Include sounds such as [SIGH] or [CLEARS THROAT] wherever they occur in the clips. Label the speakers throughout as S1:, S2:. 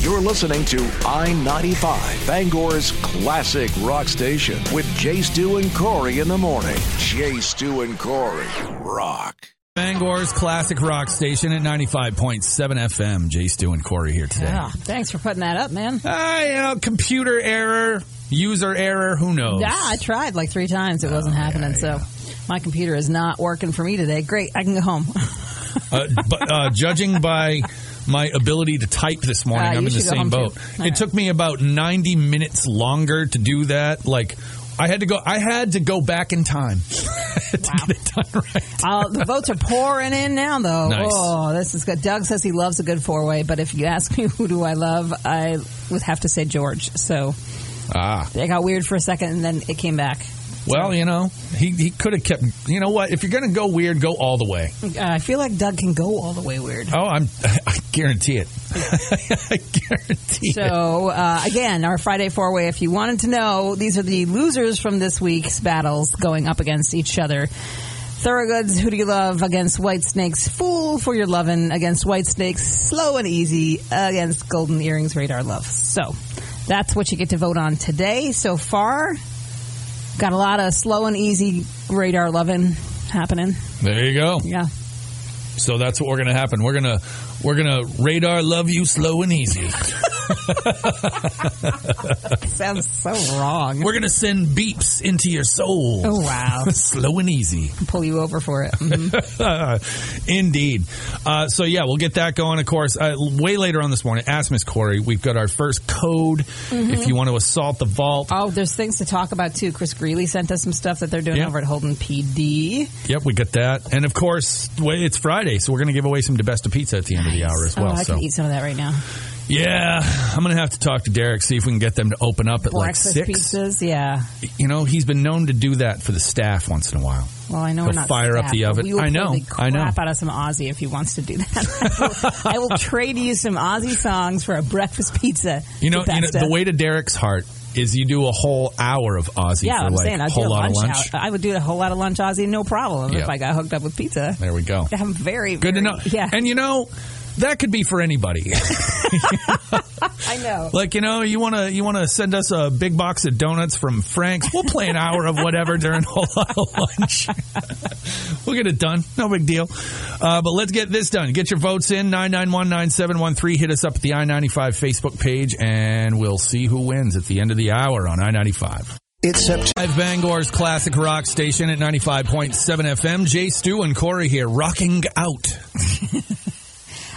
S1: You're listening to I 95, Bangor's classic rock station, with Jay Stu and Corey in the morning. Jay Stu and Corey rock.
S2: Bangor's classic rock station at 95.7 FM. Jay Stu and Corey here today.
S3: Yeah, thanks for putting that up, man.
S2: Ah, you know, computer error, user error, who knows?
S3: Yeah, I tried like three times. It wasn't happening.
S2: Oh, yeah,
S3: So my computer is not working for me today. Great, I can go home. [LAUGHS]
S2: Uh, but, uh, judging by my ability to type this morning,
S3: Ah,
S2: I'm
S3: you
S2: in the
S3: should go
S2: same
S3: home,
S2: boat.
S3: too.
S2: It
S3: All right.
S2: took me about 90 minutes longer to do that. Like, I had to go. I had to go back in time. [LAUGHS]
S3: I'll, the votes are pouring in now, though.
S2: Nice.
S3: Oh, this is good. Doug says he loves a good four way, but if you ask me [LAUGHS] who do I love, I would have to say George. So
S2: Ah,
S3: it got weird for a second, and then it came back.
S2: well, you know, he he could have kept. You know what? If you're gonna go weird, go all the way.
S3: Uh, I feel like Doug can go all the way weird.
S2: Oh, I'm. [LAUGHS] I guarantee it. [LAUGHS] I [LAUGHS] guarantee it.
S3: So uh, again, our Friday four way. If you wanted to know, these are the losers from this week's battles going up against each other. Thoroughgoods, who do you love against White Snake's Fool for Your Lovin' against White Snake's Slow and Easy against Golden Earrings Radar Love. So that's what you get to vote on today. So far, got a lot of slow and easy radar lovin' happening.
S2: There you go.
S3: Yeah.
S2: So that's what we're gonna happen. We're gonna we're gonna radar love you slow and easy.
S3: Sounds so wrong.
S2: We're gonna send beeps into your soul.
S3: Oh, wow.
S2: slow and easy. [LAUGHS]
S3: Pull you over for it. Mhm.
S2: Indeed. Uh, so yeah, we'll get that going. Of course, uh, way later on this morning, ask Miss Corey. We've got our first code.
S3: Mm-hmm.
S2: If you want to assault the vault,
S3: Oh, there's things to talk about too. Chris Greeley sent us some stuff that they're doing
S2: Yeah.
S3: over at Holden PD.
S2: yep, we got that. And of course, wa- it's Friday, so we're gonna give away some DeBesta pizza at the end of the hour as well.
S3: oh, I
S2: so
S3: can eat some of that right now.
S2: yeah, I'm gonna have to talk to Derek see if we can get them to open up at
S3: Breakfast
S2: like six.
S3: pizzas, yeah.
S2: You know, he's been known to do that for the staff once in a while.
S3: Well, I know
S2: He'll
S3: we're not
S2: fire up
S3: staff,
S2: the
S3: but
S2: oven.
S3: We will
S2: I know,
S3: Pull the crap
S2: I know.
S3: Out of some Aussie if he wants to do that. [LAUGHS] I will, I will trade you some Aussie songs for a breakfast pizza.
S2: You know, you know
S3: Basta.
S2: the way to Derek's heart is you do a whole hour of Aussie
S3: Yeah,
S2: for
S3: I'm
S2: like
S3: saying
S2: a
S3: I'd do
S2: whole
S3: a
S2: lot
S3: lunch,
S2: of lunch.
S3: Out. I would do a whole lot of lunch Aussie, no problem.
S2: Yeah.
S3: If I got hooked up with pizza,
S2: There we go.
S3: I'm very
S2: Good to
S3: very-
S2: know.
S3: Yeah,
S2: And you know, that could be for anybody.
S3: I know.
S2: like, you know, you wanna you wanna send us a big box of donuts from Frank's. We'll play an hour of whatever during whole [LAUGHS] lot of lunch. we'll get it done. No big deal. Uh, but let's get this done. Get your votes in, nine nine one nine seven one three. Hit us up at the I ninety five Facebook page and we'll see who wins at the end of the hour on I ninety five.
S1: It's September.
S2: Live Bangor's classic rock station at 95.7 FM. Jay Stu and Corey here, rocking out. [LAUGHS]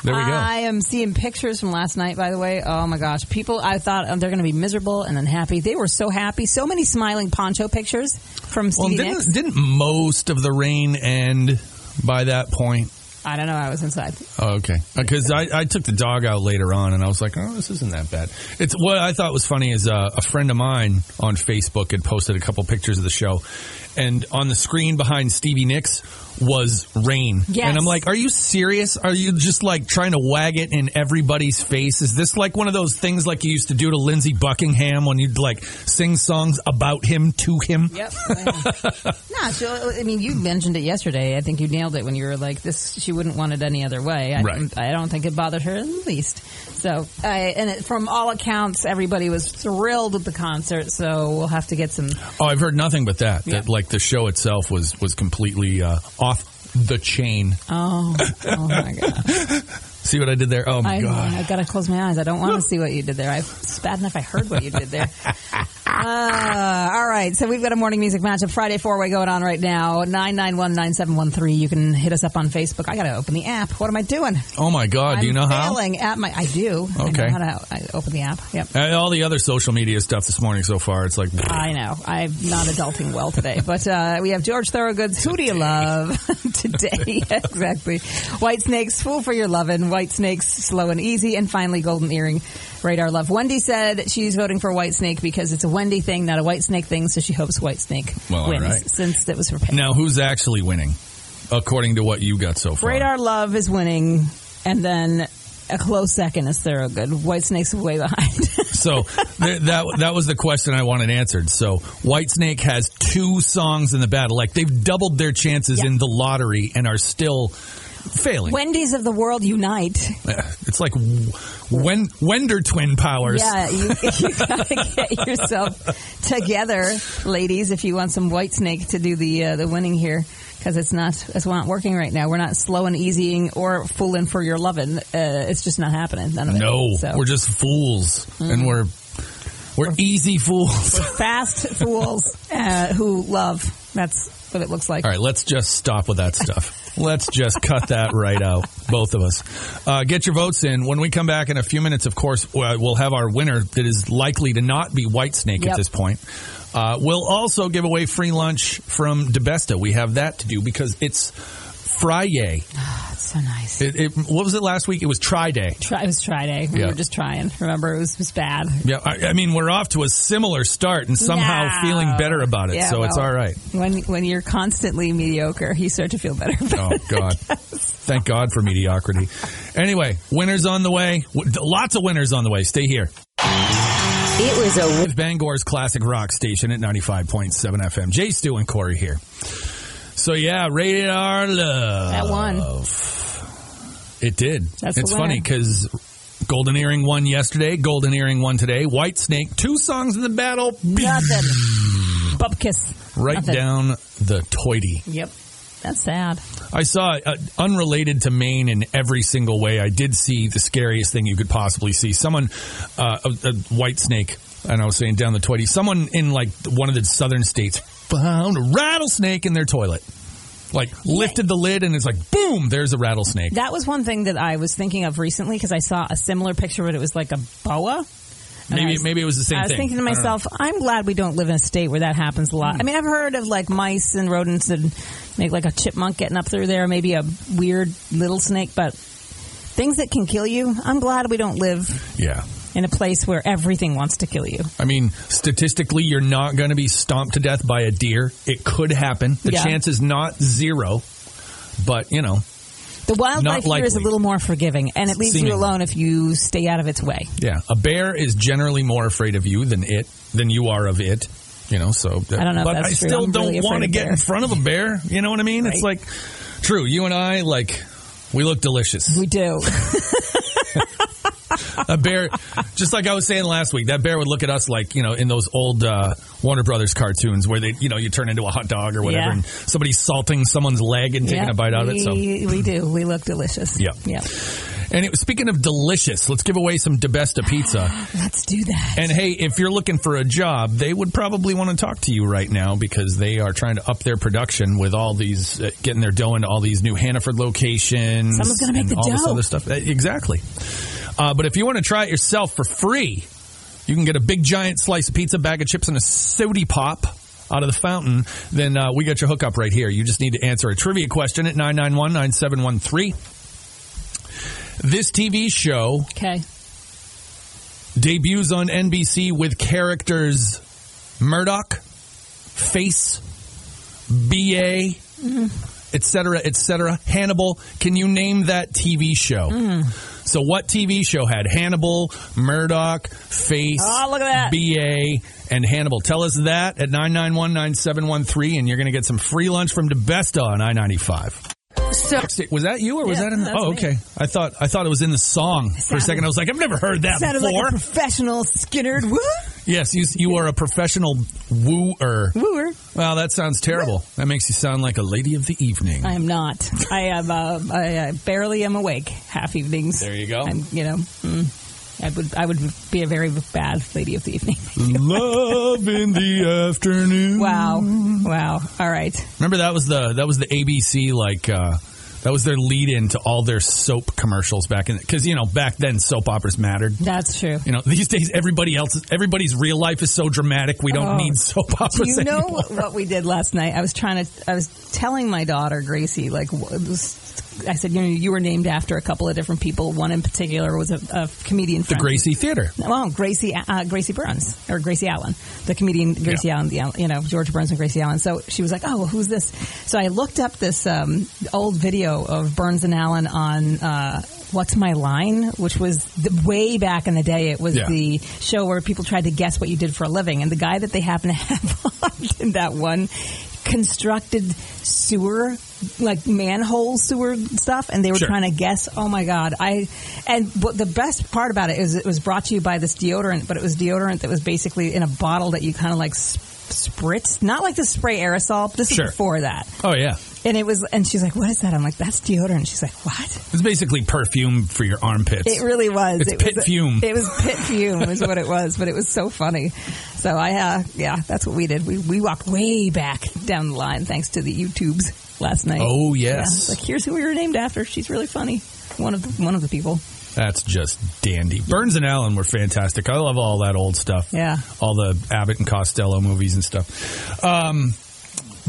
S2: there we go.
S3: I am seeing pictures from last night, by the way. Oh my gosh. People, I thought oh, they're going to be miserable and then happy. They were so happy. So many smiling poncho pictures from
S2: well,
S3: Stevie Nicks.
S2: didn't, didn't most of the rain end by that point?
S3: I don't know. I was inside.
S2: Oh, okay. Because I, I took the dog out later on and I was like, oh, this isn't that bad. It's What I thought was funny is uh, a friend of mine on Facebook had posted a couple pictures of the show. And on the screen behind Stevie Nicks was rain.
S3: Yes.
S2: And I'm like, are you serious? Are you just like trying to wag it in everybody's face? Is this like one of those things like you used to do to Lindsey Buckingham when you'd like sing songs about him to him?
S3: [LAUGHS] Yep. nah, so, I mean, you mentioned it yesterday. I think you nailed it when you were like, this, she wouldn't want it any other way. I,
S2: Right.
S3: don't- I don't think it bothered her in the least. So, I, and it, from all accounts, everybody was thrilled with the concert. So we'll have to get some.
S2: Oh, I've heard nothing but that. That
S3: Yeah.
S2: like the show itself was was completely uh, off the chain.
S3: Oh, oh my God.
S2: See what I did there? Oh my
S3: I,
S2: god.
S3: I gotta close my eyes. I don't want to see what you did there. I, it's bad enough I heard what you did there. Uh, all right, so we've got a morning music matchup Friday four way going on right now. Nine nine one nine seven one three. You can hit us up on Facebook. I gotta open the app. What am I doing?
S2: Oh my god. Do you know
S3: I'm
S2: how?
S3: failing at my. I do.
S2: Okay.
S3: I know how to I open the app. Yep.
S2: And all the other social media stuff this morning so far, it's like
S3: I know. I'm not adulting well today. But uh, we have George Thorogood's Who Do You Love [LAUGHS] today? [LAUGHS] exactly. White Snake's Fool for Your Lovin', White Snake's Slow and Easy, and finally Golden Earring Radar Love. Wendy said she's voting for White Snake because it's a Wendy thing, not a White Snake thing, so she hopes White Snake
S2: Well, all
S3: wins
S2: right.
S3: since it was her pick.
S2: now who's actually winning, according to what you got so far?
S3: Radar Love is winning, and then a close second is Thorogood. White Snake's way behind. [LAUGHS]
S2: So th- that that was the question I wanted answered. So Whitesnake has two songs in the battle. Like they've doubled their chances
S3: Yeah.
S2: in the lottery and are still Failing.
S3: Wendy's of the world unite.
S2: Yeah, It's like w- Wen- Wender twin powers.
S3: Yeah, you, [LAUGHS] you gotta get yourself together, ladies, if you want some White Snake to do the uh, the winning here, because it's not it's not working right now. We're not slow and easying or fooling for your loving. Uh, it's just not happening. None of it.
S2: No,
S3: So, [LAUGHS]
S2: we're just fools, and we're we're easy fools.
S3: fast fools uh, who love. That's what it looks like.
S2: All right, let's just stop with that
S3: [LAUGHS]
S2: stuff. let's just cut that right out, both of us. Uh, get your votes in. When we come back in a few minutes, of course, uh, we'll have our winner that is likely to not be Whitesnake at
S3: Yep.
S2: this point. Uh, we'll also give away free lunch from DeBesta. We have that to do because it's Friday.
S3: That's so nice.
S2: It, it, what was it last week? It was Tri Day.
S3: Try, it was Friday. We
S2: Yeah.
S3: were just trying. Remember, it was, it was bad.
S2: Yeah, I, I mean, we're off to a similar start and somehow
S3: No.
S2: feeling better about it,
S3: Yeah,
S2: so it's
S3: well,
S2: all right.
S3: When when you're constantly mediocre, you start to feel better. [LAUGHS]
S2: Oh God! Thank God for mediocrity. Anyway, winners on the way. W- Lots of winners on the way. Stay here.
S4: It was a
S2: It's Bangor's classic rock station at ninety-five point seven FM. Jay Stu and Corey here. So yeah, radar love.
S3: That won.
S2: It did.
S3: That's the
S2: it's funny
S3: winner.
S2: because Golden Earring won yesterday. Golden Earring won today. White Snake, two songs in the battle. [LAUGHS]
S3: Nothing. Bub kiss.
S2: Right
S3: Nothing.
S2: down the toity.
S3: Yep. That's sad.
S2: I saw uh, unrelated to Maine in every single way. I did see the scariest thing you could possibly see. Someone, uh, a, a white snake, and I was saying down the toilet. Someone in like one of the southern states found a rattlesnake in their toilet. Like lifted the lid and it's like boom, there's a rattlesnake.
S3: That was one thing that I was thinking of recently because I saw a similar picture, but it was like a boa. And I
S2: Maybe
S3: was-
S2: maybe it was the same
S3: I was
S2: thing.
S3: thinking to
S2: I don't know.
S3: myself, I'm glad we don't live in a state where that happens a lot. I mean, I've heard of like mice and rodents and maybe like a chipmunk getting up through there, maybe a weird little snake, but things that can kill you, I'm glad we don't live
S2: yeah.
S3: in a place where everything wants to kill you.
S2: I mean, statistically, you're not going to be stomped to death by a deer. It could happen. The
S3: Yeah.
S2: chance is not zero, but you know,
S3: The wildlife here is a
S2: likely.
S3: little more forgiving, and it leaves
S2: Seemingly.
S3: you alone if you stay out of its way.
S2: Yeah, a bear is generally more afraid of you than it than you are of it. You know, so uh,
S3: I don't know if
S2: But
S3: that's
S2: I
S3: true.
S2: still
S3: I'm
S2: don't
S3: really
S2: want to
S3: afraid of
S2: get in
S3: bears.
S2: front of a bear. You know what I mean? It's like true. You and I like we look delicious. [LAUGHS]
S3: We do.
S2: a bear, just like I was saying last week, that bear would look at us like you know in those old uh, Warner Brothers cartoons where they you know you turn into a hot dog or whatever,
S3: Yeah.
S2: and somebody's salting someone's leg and taking
S3: Yeah,
S2: a bite out of it. So
S3: we, we do. We look delicious.
S2: Yeah.
S3: Yeah.
S2: and it, speaking of delicious, let's give away some DeBesta pizza.
S3: Let's do that.
S2: And hey, if you're looking for a job, they would probably want to talk to you right now because they are trying to up their production with all these, uh, getting their dough into all these new Hannaford locations.
S3: Someone's gonna make
S2: and
S3: the
S2: all this
S3: dough.
S2: other stuff. Uh, Exactly. Uh, but if you want to try it yourself for free, you can get a big giant slice of pizza, bag of chips, and a sody pop out of the fountain. Then uh, we got your hookup right here. You just need to answer a trivia question at 991 9713. This TV show
S3: okay.
S2: debuts on NBC with characters Murdoch, Face, BA, etc., etc. Hannibal. Can you name that TV show? So, what TV show had Hannibal, Murdoch, Face,
S3: Oh, look at that.
S2: BA, and Hannibal? Tell us that at 991 9713, and you're going to get some free lunch from DeBesta on I 95.
S4: so
S2: Was that you, or was
S3: Yeah,
S2: that in?
S3: that's
S2: oh,
S3: me.
S2: okay. I thought I thought it was in the song for a
S3: Sounded-
S2: second. I was like, I've never heard that
S3: Sounded
S2: before.
S3: like a professional Skinnered woo
S2: Yes, you, you are a professional wooer.
S3: wooer.
S2: Wow, that sounds terrible. That makes you sound like a lady of the evening.
S3: I am not. I am. Uh, I uh, barely am awake half evenings.
S2: There you go.
S3: I'm, you know, mm, I would. I would be a very bad lady of the evening. [LAUGHS]
S2: Love in the afternoon.
S3: Wow. Wow. All right.
S2: Remember that was the that was the ABC like uh, that was their lead in to all their soap commercials back in because you know back then soap operas mattered.
S3: That's true.
S2: You know these days everybody else everybody's real life is so dramatic we don't
S3: Oh.
S2: need soap
S3: Do
S2: operas
S3: you know
S2: anymore.
S3: what we did last night? I was trying to. I was telling my daughter Gracie, like, wh- it was, I said, you know, you were named after a couple of different people. One in particular was a, a comedian.
S2: The
S3: friend.
S2: Gracie Theater.
S3: Well, Gracie uh, Gracie Burns or Gracie Allen, the comedian Gracie
S2: Yeah.
S3: Allen, the, you know George Burns and Gracie Allen. So she was like, "Oh, well, who's this?" So I looked up this um, old video of Burns and Allen on uh, "What's My Line," which was the, way back in the day. It was
S2: Yeah.
S3: the show where people tried to guess what you did for a living, and the [LAUGHS] guy that they happened to have on in that one constructed sewer like manhole sewer stuff, and they were
S2: Sure.
S3: trying to guess. Oh my god! I and but the best part about it is it was brought to you by this deodorant, but it was deodorant that was basically in a bottle that you kind of like sp- spritz, not like the spray aerosol. This
S2: Sure.
S3: is before that,
S2: Oh yeah,
S3: and it was. And she's like, "What is that?" I'm like, "That's deodorant." She's like, "What?"
S2: it's basically perfume for your armpits.
S3: It really was.
S2: It's
S3: it was
S2: pit fume.
S3: It was pit fume, is what it was. But it was so funny. So I, uh, yeah, that's what we did. We we walked way back down the line thanks to the YouTubes last night.
S2: Oh,
S3: Yeah,
S2: yes.
S3: it's like here's who we were named after. She's really funny. One of the, one of the people.
S2: That's just dandy. Burns and Allen were fantastic. I love all that old stuff.
S3: Yeah.
S2: all the Abbott and Costello movies and stuff. Um,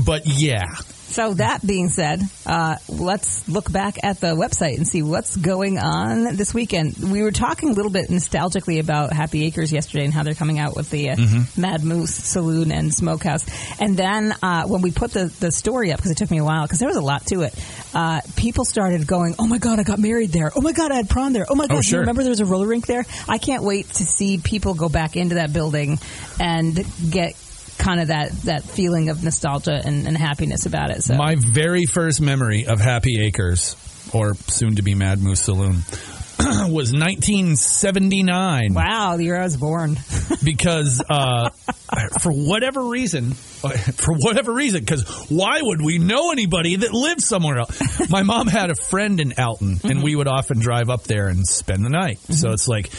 S2: but yeah,
S3: So that being said, uh, let's look back at the website and see what's going on this weekend. We were talking a little bit nostalgically about Happy Acres yesterday and how they're coming out with the uh, Mad Moose Saloon and Smokehouse. And then uh, when we put the, the story up, because it took me a while, because there was a lot to it, uh, people started going, "Oh my god, I got married there! Oh my god, I had prom there! Oh my god, do
S2: sure.
S3: you remember there was a roller rink there?" I can't wait to see people go back into that building and get. Kind of that, that feeling of nostalgia and, and happiness about it. So
S2: My very first memory of Happy Acres, or soon to be Mad Moose Saloon, [CLEARS THROAT] was 1979
S3: Wow, the year I was born.
S2: because uh, for whatever reason, for whatever reason, because why would we know anybody that lived somewhere else? My mom had a friend in Alton, and we would often drive up there and spend the night. So it's like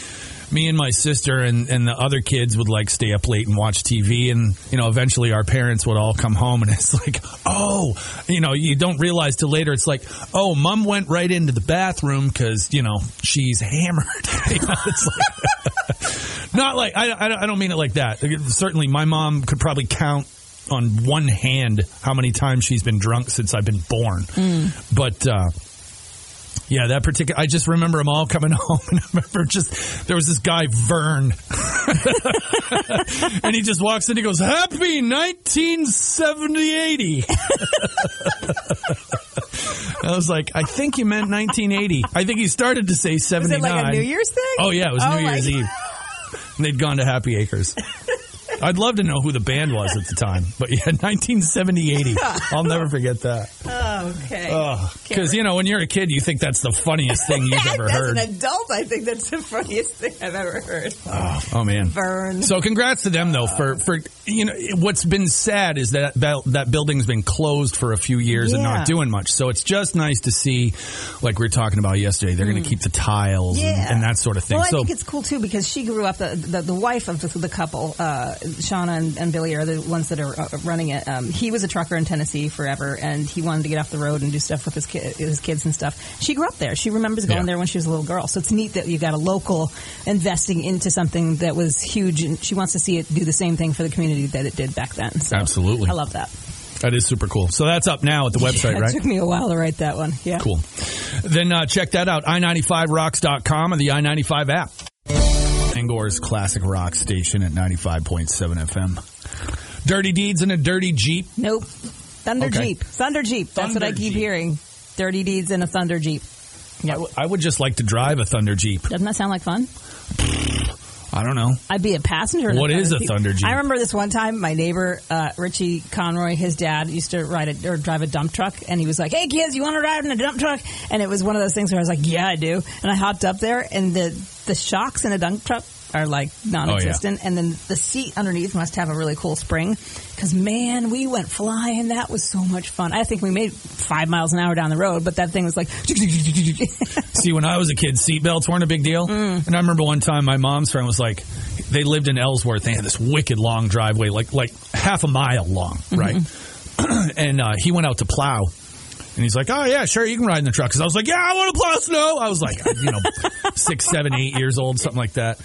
S2: me and my sister and, and the other kids would like stay up late and watch TV, and you know, eventually our parents would all come home, and it's like, oh, you know, you don't realize till later. It's like, oh, mom went right into the bathroom because you know she's hammered. [LAUGHS] You know, it's like- not like I, I, don't- I don't mean it like that. Certainly, my mom could probably count on one hand how many times she's been drunk since I've been born. But uh, yeah, that particular, I just remember them all coming [LAUGHS] home, and I remember just there was this guy Vern, [LAUGHS] and he just walks in, he goes, "Happy 1970 [LAUGHS] I was like, I think he meant 1980. I think he started to say 79.
S3: Was it like a New Year's thing?
S2: Oh yeah, it was
S3: Oh,
S2: New
S3: my
S2: Year's
S3: God.
S2: Eve. And they'd gone to Happy
S3: [LAUGHS]
S2: Acres. I'd love to know who the band was at the time, but yeah, [LAUGHS] 1970
S3: [LAUGHS]
S2: 80. I'll never forget that.
S3: Okay.
S2: Because, you know, when you're a kid, you think that's the funniest thing Oh,
S3: [LAUGHS]
S2: you've ever heard.
S3: adult, I think that's the funniest thing I've ever heard.
S2: Oh, man.
S3: Vern.
S2: So, congrats to them, though, for, for, you know, what's been sad is that that, that building's been closed for a few years and
S3: Yeah.
S2: not doing much. So, it's just nice to see, like we were talking about yesterday, they're going to keep the tiles and,
S3: Hmm. Yeah.
S2: and that sort of thing.
S3: Well, I
S2: so,
S3: think it's cool too because she grew up. The the, the wife of the, the couple, uh, Shauna and, and Billy, are the ones that are uh, running it. Um, he was a trucker in Tennessee forever, and he wanted to get off the road and do stuff with his ki- his kids and stuff. She grew up there. She remembers going
S2: Yeah.
S3: there when she was a little girl. So it's neat that you got a local investing into something that was huge, and she wants to see it do the same thing for the community that it did back then. So
S2: Absolutely.
S3: I love that.
S2: that is super cool. So, that's up now at the website,
S3: [LAUGHS] Yeah,
S2: right?
S3: It took me a while to write that one. Yeah.
S2: Cool. Then uh, check that out, i95rocks.com and the i95 app. Angore's classic rock station at 95.7 FM. Dirty Deeds in a Dirty Jeep.
S3: Nope. Thunder
S2: Okay.
S3: Jeep. Thunder Jeep. That's what I
S2: Thunder
S3: keep
S2: Jeep.
S3: hearing. Dirty deeds in a Thunder Jeep.
S2: I, w- I would just like to drive a Thunder Jeep.
S3: Doesn't that sound like fun?
S2: I don't know.
S3: I'd be a passenger. in
S2: What is a
S3: Jeep.
S2: Thunder Jeep?
S3: I remember this one time, my neighbor uh, Richie Conroy, his dad used to ride a, or drive a dump truck, and he was like, "Hey kids, you want to ride in a dump truck?" And it was one of those things where I was like, "Yeah, I do." And I hopped up there, and the the shocks in a dump truck are like
S2: Oh,
S3: non-existent, and then the seat underneath must have a really cool spring. Because man, we went flying. That was so much fun. I think we made five miles an hour down the road, but that thing was like. [LAUGHS]
S2: See, when I was a kid, seatbelts weren't a big deal. And I remember one time my mom's friend was like, they lived in Ellsworth. They had this wicked long driveway, like like half a mile long, right? [CLEARS THROAT] and uh, he went out to plow. And he's like, oh, yeah, sure, you can ride in the truck. Because I was like, yeah, I want to plow snow. I was like, you know, six, seven, eight years old, something like that.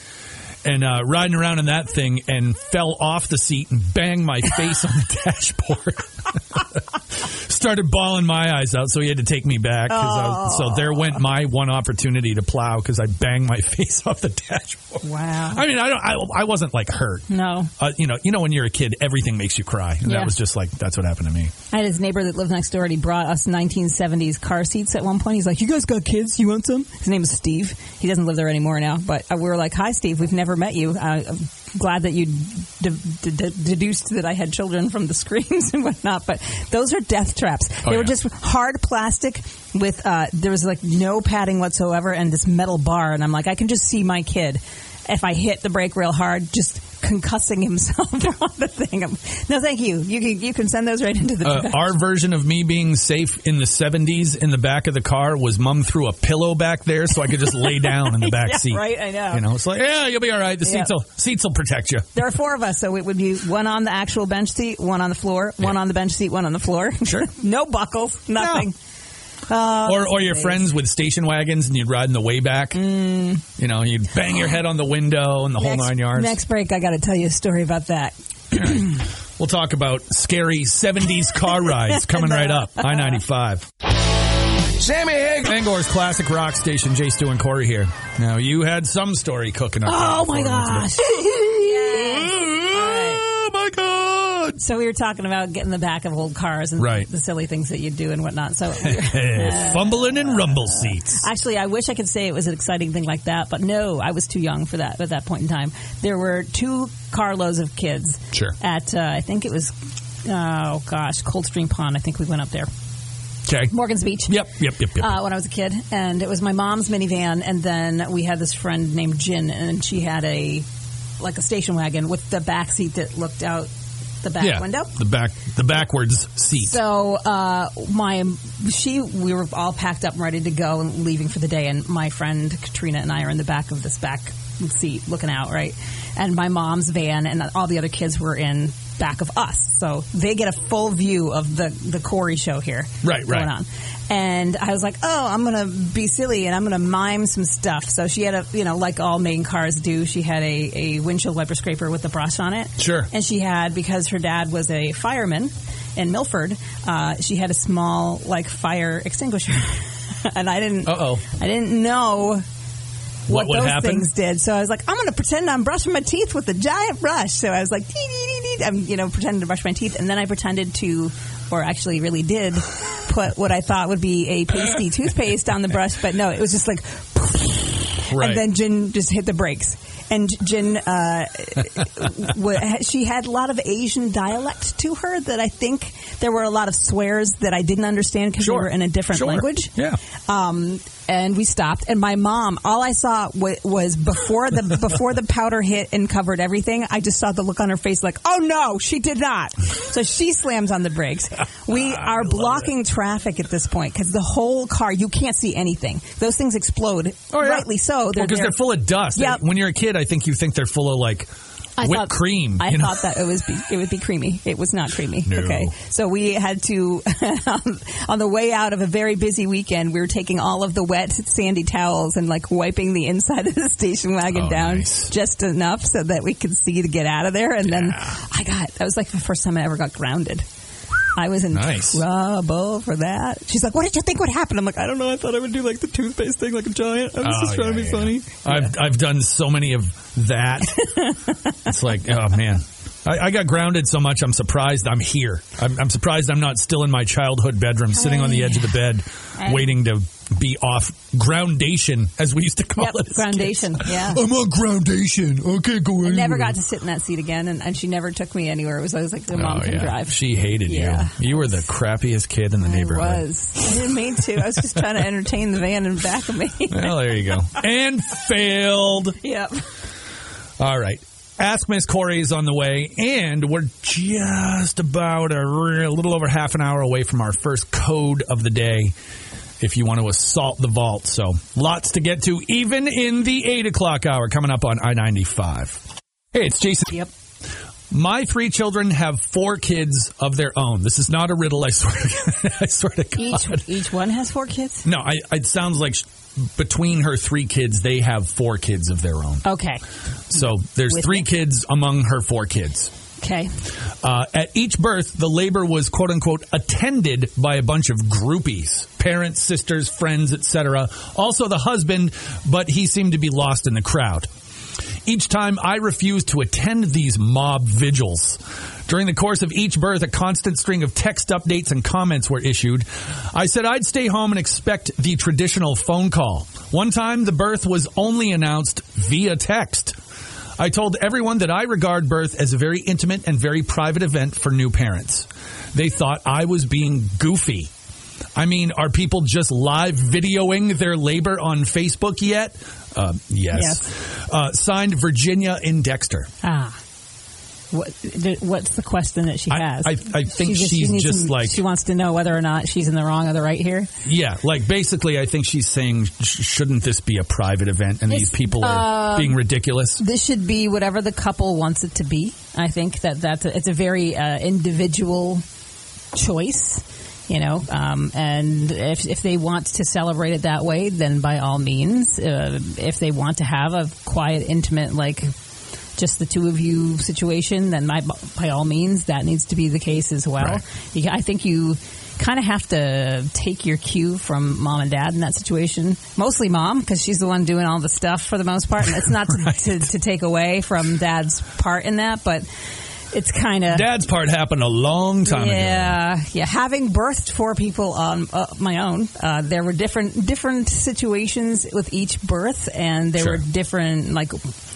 S2: And uh, riding around in that thing and fell off the seat and banged my face on the [LAUGHS] dashboard. Started bawling my eyes out, so he had to take me back. 'cause I was- so there went my one opportunity to plow because I banged my [LAUGHS] face off the dashboard.
S3: wow.
S2: I mean, I don't. I, I wasn't like hurt.
S3: no.
S2: Uh, you know, you know, when you're a kid, everything makes you cry, and
S3: Yeah.
S2: that was just like that's what happened to me.
S3: I had his neighbor that lived next door, and he brought us 1970s car seats at one point. He's like, "You guys got kids? You want some?" His name is Steve. He doesn't live there anymore now, but uh, we were like, "Hi, Steve. We've never met you. Uh, I'm glad that you de- de- de- deduced that I had children from the screams [LAUGHS] and whatnot. But those are death traps.
S2: Oh,
S3: they were
S2: yeah.
S3: just hard plastic with uh, there was like no padding whatsoever and this metal bar. And I'm like, I can just see my kid if I hit the brake real hard, just concussing himself [LAUGHS] on the thing. I'm- no, thank you. You can you can send those right into the
S2: Uh, our version of me being safe in the 70s in the back of the car was mom threw a pillow back there so I could just lay down in the back
S3: [LAUGHS] Yeah,
S2: seat.
S3: right, I know.
S2: You know, it's like, yeah, you'll be all right. The
S3: Yeah.
S2: seats will seats will protect you.
S3: There are four of us, so it would be one on the actual bench seat, one on the floor, one on the bench seat, one on the floor.
S2: Sure.
S3: [LAUGHS] no buckles, nothing.
S2: or or your friends with station wagons and you'd ride in the way back. You know, you'd bang your head on the window and the whole
S3: Mm. next,
S2: nine yards.
S3: Next break, I got to tell you a story about that.
S2: We'll talk about scary 70s car rides coming right
S3: [LAUGHS]
S2: up. I 95.
S1: Sammy Hagar.
S2: Bangor's classic rock station, Jay Stu and Corey here. Now, you had some story cooking up.
S3: Oh
S2: there before we
S3: my
S2: went
S3: gosh!
S2: to
S3: [LAUGHS] Yes.
S2: Oh my
S3: [LAUGHS]
S2: God.
S3: So we were talking about getting the back of old cars and
S2: Right.
S3: the silly things that you do and
S2: [LAUGHS]
S3: whatnot. So
S2: Eh, Fumbling in rumble seats.
S3: Actually, I wish I could say it was an exciting thing like that, but no, I was too young for that at that point in time. There were two carloads of kids.
S2: Sure.
S3: At uh, I think it was, oh gosh, Coldstream Pond. I think we went up there,
S2: Okay.
S3: Morgan's Beach.
S2: Yep, yep, yep, yep.
S3: Uh, when I was a kid, and it was my mom's minivan, and then we had this friend named Jin, and she had a like a station wagon with the back seat that looked out the back
S2: yeah.
S3: window.
S2: The back, the backwards seat.
S3: So uh, my she we were all packed up and ready to go and leaving for the day, and my friend Katrina and I are in the back of this back seat looking out right, and my mom's van and all the other kids were in back of us, so they get a full view of the the Corey show here
S2: Right,
S3: going
S2: right.
S3: on. And I was like, oh, I'm gonna be silly and I'm gonna mime some stuff. So she had a, you know, like all main cars do, she had a, a windshield wiper scraper with the brush on it.
S2: Sure.
S3: And she had because her dad was a fireman in Milford. Uh, she had a small like fire extinguisher, [LAUGHS] and I didn't.
S2: Uh-oh.
S3: I didn't know. What,
S2: would
S3: those
S2: happen?
S3: things did. So I was like, I'm going to pretend I'm brushing my teeth with a giant brush. So I was like, dee, dee, dee, dee. I'm, you know, pretending to brush my teeth. And then I pretended to, or actually really did, put what I thought would be a [LAUGHS] pasty toothpaste on the brush. But no, it was just like,
S2: right.
S3: and then Jin just hit the brakes. And Jin,
S2: [LAUGHS]
S3: uh, w- she had a lot of Asian dialect to her that I think there were a lot of swears that I didn't understand because
S2: Sure.
S3: they were in a different
S2: Sure.
S3: language.
S2: Yeah.
S3: Um, and we stopped, and my mom, all I saw wa was
S2: [LAUGHS]
S3: before the before the powder hit and covered everything. I just saw the look on her face, like, "Oh no, she did not." So she slams on the brakes.
S2: [LAUGHS]
S3: We are blocking traffic at this point because the whole car, you can't see anything. Those things explode,
S2: Oh, yeah.
S3: rightly so.
S2: Well, 'cause
S3: there.
S2: they're full of dust.
S3: Yep.
S2: They- when you're a kid, I think you think they're full of like whipped
S3: thought-
S2: cream.
S3: I
S2: you know?
S3: thought that it was be, it would be creamy. It was not creamy.
S2: No.
S3: Okay, so we had to [LAUGHS] um, on the way out of a very busy weekend. We were taking all of the wet, sandy towels and like wiping the inside [LAUGHS] of the station wagon
S2: Oh,
S3: down
S2: nice.
S3: just enough so that we could see to get out of there. And then I got that was like the first time I ever got grounded. I was in
S2: Nice.
S3: trouble for that. She's like, "What did you think would happen?" I'm like, "I don't know. I thought I would do like the toothpaste thing, like a giant. I was
S2: Oh,
S3: just trying
S2: yeah,
S3: to be
S2: yeah.
S3: funny."
S2: I've I've done so many of that.
S3: [LAUGHS]
S2: it's like, oh man, I, I got grounded so much. I'm surprised I'm here. I'm, I'm surprised I'm not still in my childhood bedroom, sitting on the edge of the bed, waiting to be off groundation, as we used to call
S3: Yep,
S2: it. as
S3: groundation,
S2: kids.
S3: yeah.
S2: I'm on groundation. I can't go anywhere.
S3: Never got to sit in that seat again, and, and she never took me anywhere. It was always like their
S2: Oh,
S3: mom can
S2: yeah.
S3: drive.
S2: She hated
S3: Yeah.
S2: you. You were the crappiest kid in the
S3: I
S2: neighborhood.
S3: was. [LAUGHS] I didn't mean to. I was just trying to entertain the van in back of me. [LAUGHS]
S2: Well, there you go. [LAUGHS] and failed.
S3: yep.
S2: All right. Ask Miss Corey is on the way, and we're just about a, re- a little over half an hour away from our first code of the day. If you want to assault the vault, so lots to get to, even in the eight o'clock hour coming up on I ninety five. Hey, it's Jason.
S3: Yep.
S2: My three children have four kids of their own. This is not a riddle. I swear. To, I swear to God. [LAUGHS]
S3: Each each one has four kids.
S2: No, I, it sounds like sh- between her three kids, they have four kids of their own.
S3: Okay.
S2: So there's
S3: With
S2: three
S3: it.
S2: kids among her four kids.
S3: Okay.
S2: Uh, at each birth, the labor was quote unquote attended by a bunch of groupies, parents, sisters, friends, etc. Also the husband, but he seemed to be lost in the crowd. Each time I refused to attend these mob vigils. During the course of each birth, a constant string of text updates and comments were issued. I said I'd stay home and expect the traditional phone call. One time, the birth was only announced via text. I told everyone that I regard birth as a very intimate and very private event for new parents. They thought I was being goofy. I mean, are people just live videoing their labor on Facebook yet? Uh, yes. Uh, signed Virginia in Dexter.
S3: Ah. What, th- what's the question that she
S2: I-
S3: has?
S2: I- I think she's
S3: needs
S2: just
S3: some-
S2: like-
S3: she wants to know whether or not she's in the wrong or the right here.
S2: Yeah, like basically, I think she's saying, sh- shouldn't this be a private event? And these
S3: It's,
S2: people are
S3: um,
S2: being ridiculous.
S3: This should be whatever the couple wants it to be. I think that that's a, it's a very uh, individual choice, you know. Um, and if if they want to celebrate it that way, then by all means. Uh, if they want to have a quiet, intimate, like just the two of you situation, then by, by all means, that needs to be the case as well.
S2: Right.
S3: You, I think you kind of have to take your cue from mom and dad in that situation. Mostly mom, because she's the one doing all the stuff for the most part. And it's not to, to, to take away from dad's part in that, but it's kind of.
S2: Dad's part happened a long time ago.
S3: Yeah, yeah. Having birthed four people on uh, my own, uh, there were different different situations with each birth, and there
S2: Sure.
S3: were different. Like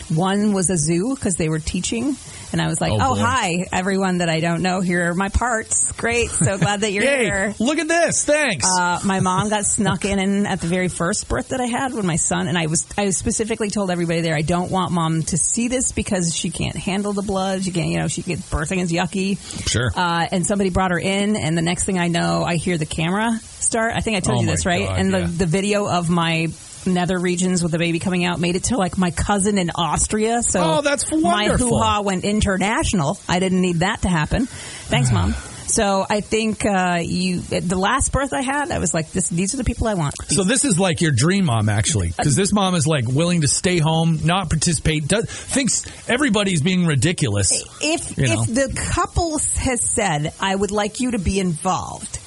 S3: one was a zoo because they were teaching, and I was like,
S2: Oh,
S3: "Oh,
S2: boy.
S3: hi, everyone that I don't know. Here are my parts. Great, so glad that
S2: [LAUGHS]
S3: you're
S2: Yay!
S3: here."
S2: Look at this. Thanks.
S3: Uh, my mom got snuck in, and at the very first birth that I had when my son and I was I specifically told everybody there I don't want mom to see this because she can't handle the blood. She can't, you know, she get birthing is yucky.
S2: Sure.
S3: Uh, and somebody brought her in, and the next thing I know, I hear the camera start. I think I told
S2: Oh
S3: you
S2: my
S3: this, right?
S2: God,
S3: and the,
S2: yeah.
S3: the video of my nether regions with the baby coming out made it to like my cousin in Austria. So
S2: Oh, that's
S3: my
S2: wonderful.
S3: hoo ha went international. I didn't need that to happen. Thanks, mom. So I think uh, you at the last birth I had, I was like, this, these are the people I want.
S2: so this is like your dream mom, actually, because this mom is like willing to stay home, not participate, does, thinks everybody's being ridiculous.
S3: if
S2: You know.
S3: if the couple has said, "I would like you to be involved,"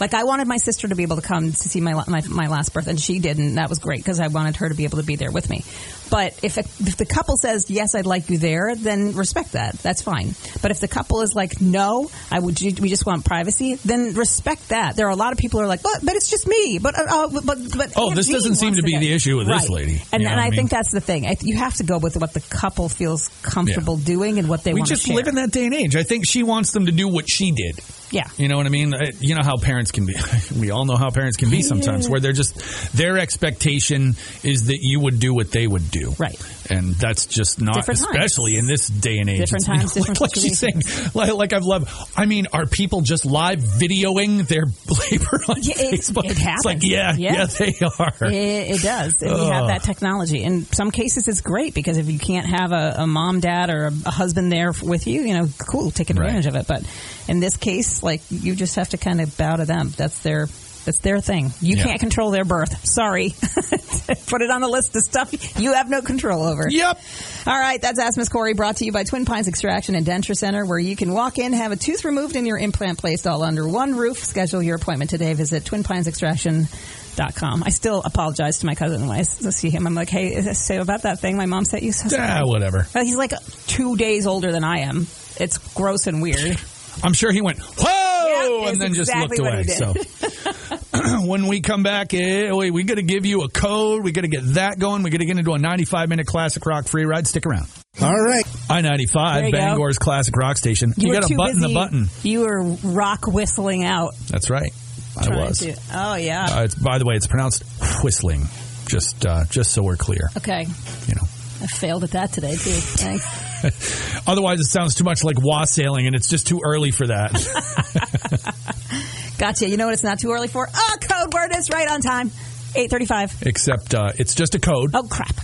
S3: like I wanted my sister to be able to come to see my la- my, my last birth, and she didn't. That was great because I wanted her to be able to be there with me. But if a, if the couple says, "Yes, I'd like you there," then respect that. That's fine. But if the couple is like, "No, I would," ju- we just want privacy, then respect that. There are a lot of people who are like, "But, but it's just me." But uh, uh, but but
S2: Oh,
S3: Aunt
S2: this
S3: Jean
S2: doesn't seem
S3: wants
S2: to be
S3: go.
S2: the issue with this
S3: Right.
S2: lady.
S3: And,
S2: You know what
S3: and I
S2: I mean?
S3: think that's the thing. I, you have to go with what the couple feels comfortable doing and what they
S2: We
S3: want
S2: just
S3: to share.
S2: live in that day and age. I think she wants them to do what she did.
S3: Yeah.
S2: You know what I mean? Uh, You know how parents can be. [LAUGHS] We all know how parents can be sometimes, where they're just their expectation is that you would do what they would do,
S3: Right.
S2: And that's just not,
S3: Different times.
S2: especially in this day and age.
S3: Different
S2: It's, you know, [LAUGHS]
S3: times, different
S2: like, like she's saying, like, like I've loved. I mean, are people just live videoing their [LAUGHS] labor on
S3: Yeah, it-
S2: Facebook?
S3: it
S2: It's like,
S3: happens.
S2: yeah, yeah,
S3: Yeah.
S2: they are.
S3: It, it does. And we have that technology. In some cases, it's great because if you can't have a, a mom, dad, or a, a husband there f- with you, you know, cool, take advantage
S2: Right.
S3: of it. But in this case, like you just have to kind of bow to them. That's their. That's their thing. You
S2: Yeah.
S3: can't control their birth. Sorry. [LAUGHS] Put it on the list of stuff you have no control over.
S2: Yep.
S3: All right, that's Ask Miss Corey, brought to you by Twin Pines Extraction and Denture Center, where you can walk in, have a tooth removed, and your implant placed all under one roof. Schedule your appointment today. Visit twinpinesextraction.com. I still apologize to my cousin when I s- see him. I'm like, hey, so about that thing my mom sent you. So
S2: Ah, whatever.
S3: sorry." He's like two days older than I am. It's gross and weird.
S2: I'm sure he went, whoa,
S3: Yeah,
S2: and then
S3: that's
S2: just
S3: exactly
S2: looked away. So [CLEARS THROAT]
S3: [LAUGHS]
S2: when we come back, eh, we, we got to give you a code. We got to get that going. We got to get into a 95 minute classic rock free ride. Stick around.
S5: All right.
S2: I
S3: There
S2: 95,
S3: you go.
S2: Bangor's classic rock station. You,
S3: were
S2: got to
S3: too
S2: button the
S3: busy-
S2: button.
S3: You were rock whistling out.
S2: That's right. I
S3: trying
S2: was.
S3: to- oh, yeah.
S2: Uh, it's, by the way, it's pronounced whistling. Just, uh, just so we're clear,
S3: okay.
S2: you know.
S3: I failed at that today, too. Thanks.
S2: Otherwise, it sounds too much like wassailing, and it's just too early for that.
S3: [LAUGHS] Gotcha. You know what it's not too early for? Oh, code word is right on time. 835.
S2: Except uh, it's just a code.
S3: Oh, crap. [LAUGHS]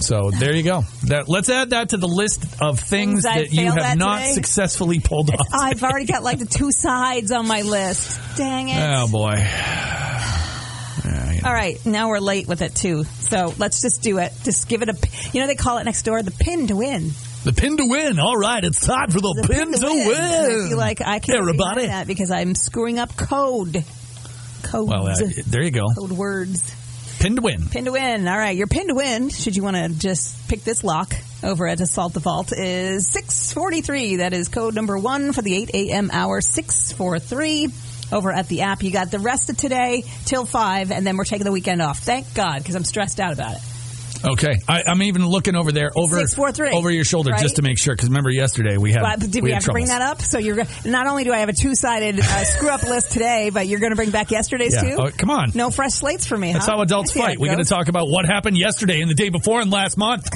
S2: So there you go. That, let's add that to the list of things,
S3: Things I
S2: that you
S3: failed
S2: have
S3: at
S2: not
S3: today.
S2: successfully pulled off.
S3: I've already got like the two sides on my list. Dang it.
S2: [LAUGHS] oh boy.
S3: All right. Now we're late with it, too. So let's just do it. Just give it a, p- you know, they call it next door the pin to win.
S2: The pin to win. All right, it's time for the,
S3: The
S2: pin, to win.
S3: And I feel like I can't
S2: Everybody.
S3: do that because I'm screwing up code. Codes.
S2: Well, uh, there you go.
S3: code words.
S2: Pin to win.
S3: Pin to win. All right, your pin to win. Should you want to just pick this lock over at Assault the Vault is six forty three. That is code number one for the eight a.m. hour. Six four three. Over at the app, you got the rest of today till five, and then we're taking the weekend off. Thank God, because I'm stressed out about it.
S2: Okay, I, I'm even looking over there over
S3: Six, four, three,
S2: over your shoulder
S3: right?
S2: just to make sure. Because remember yesterday we had
S3: But did we,
S2: had
S3: have to bring
S2: troubles.
S3: that up? So you're not only do I have a two
S2: [LAUGHS]
S3: sided uh, screw up list today, but you're going to bring back yesterday's
S2: Yeah.
S3: too.
S2: Oh, come on.
S3: no fresh slates for me.
S2: That's
S3: huh?
S2: how adults
S3: I see how
S2: fight.
S3: it
S2: We got to
S3: goes.
S2: talk about what happened yesterday and the day before and last month.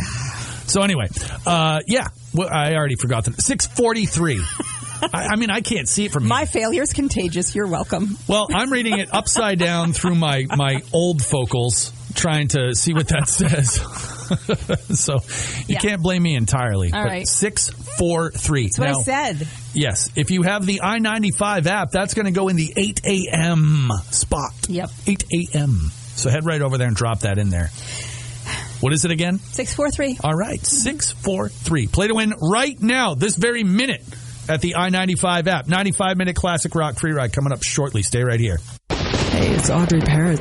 S2: So anyway, uh, yeah, well, I already forgot the six forty three. I, I mean, I can't see it from
S3: My
S2: here.
S3: failure's contagious. You're welcome.
S2: Well, I'm reading it upside down through my my old focals, trying to see what that [LAUGHS] says. so you
S3: Yeah.
S2: can't blame me entirely.
S3: All
S2: but
S3: right.
S2: six four three.
S3: That's what I said.
S2: Yes, if you have the I ninety five app, that's going to go in the eight a.m. spot.
S3: Yep.
S2: eight a.m. So head right over there and drop that in there. What is it again?
S3: Six four three.
S2: All right, six four three. Play to win right now, this very minute, at the I ninety five app. Ninety five minute classic rock free ride coming up shortly. Stay right here.
S5: Hey, it's Audrey Parrott.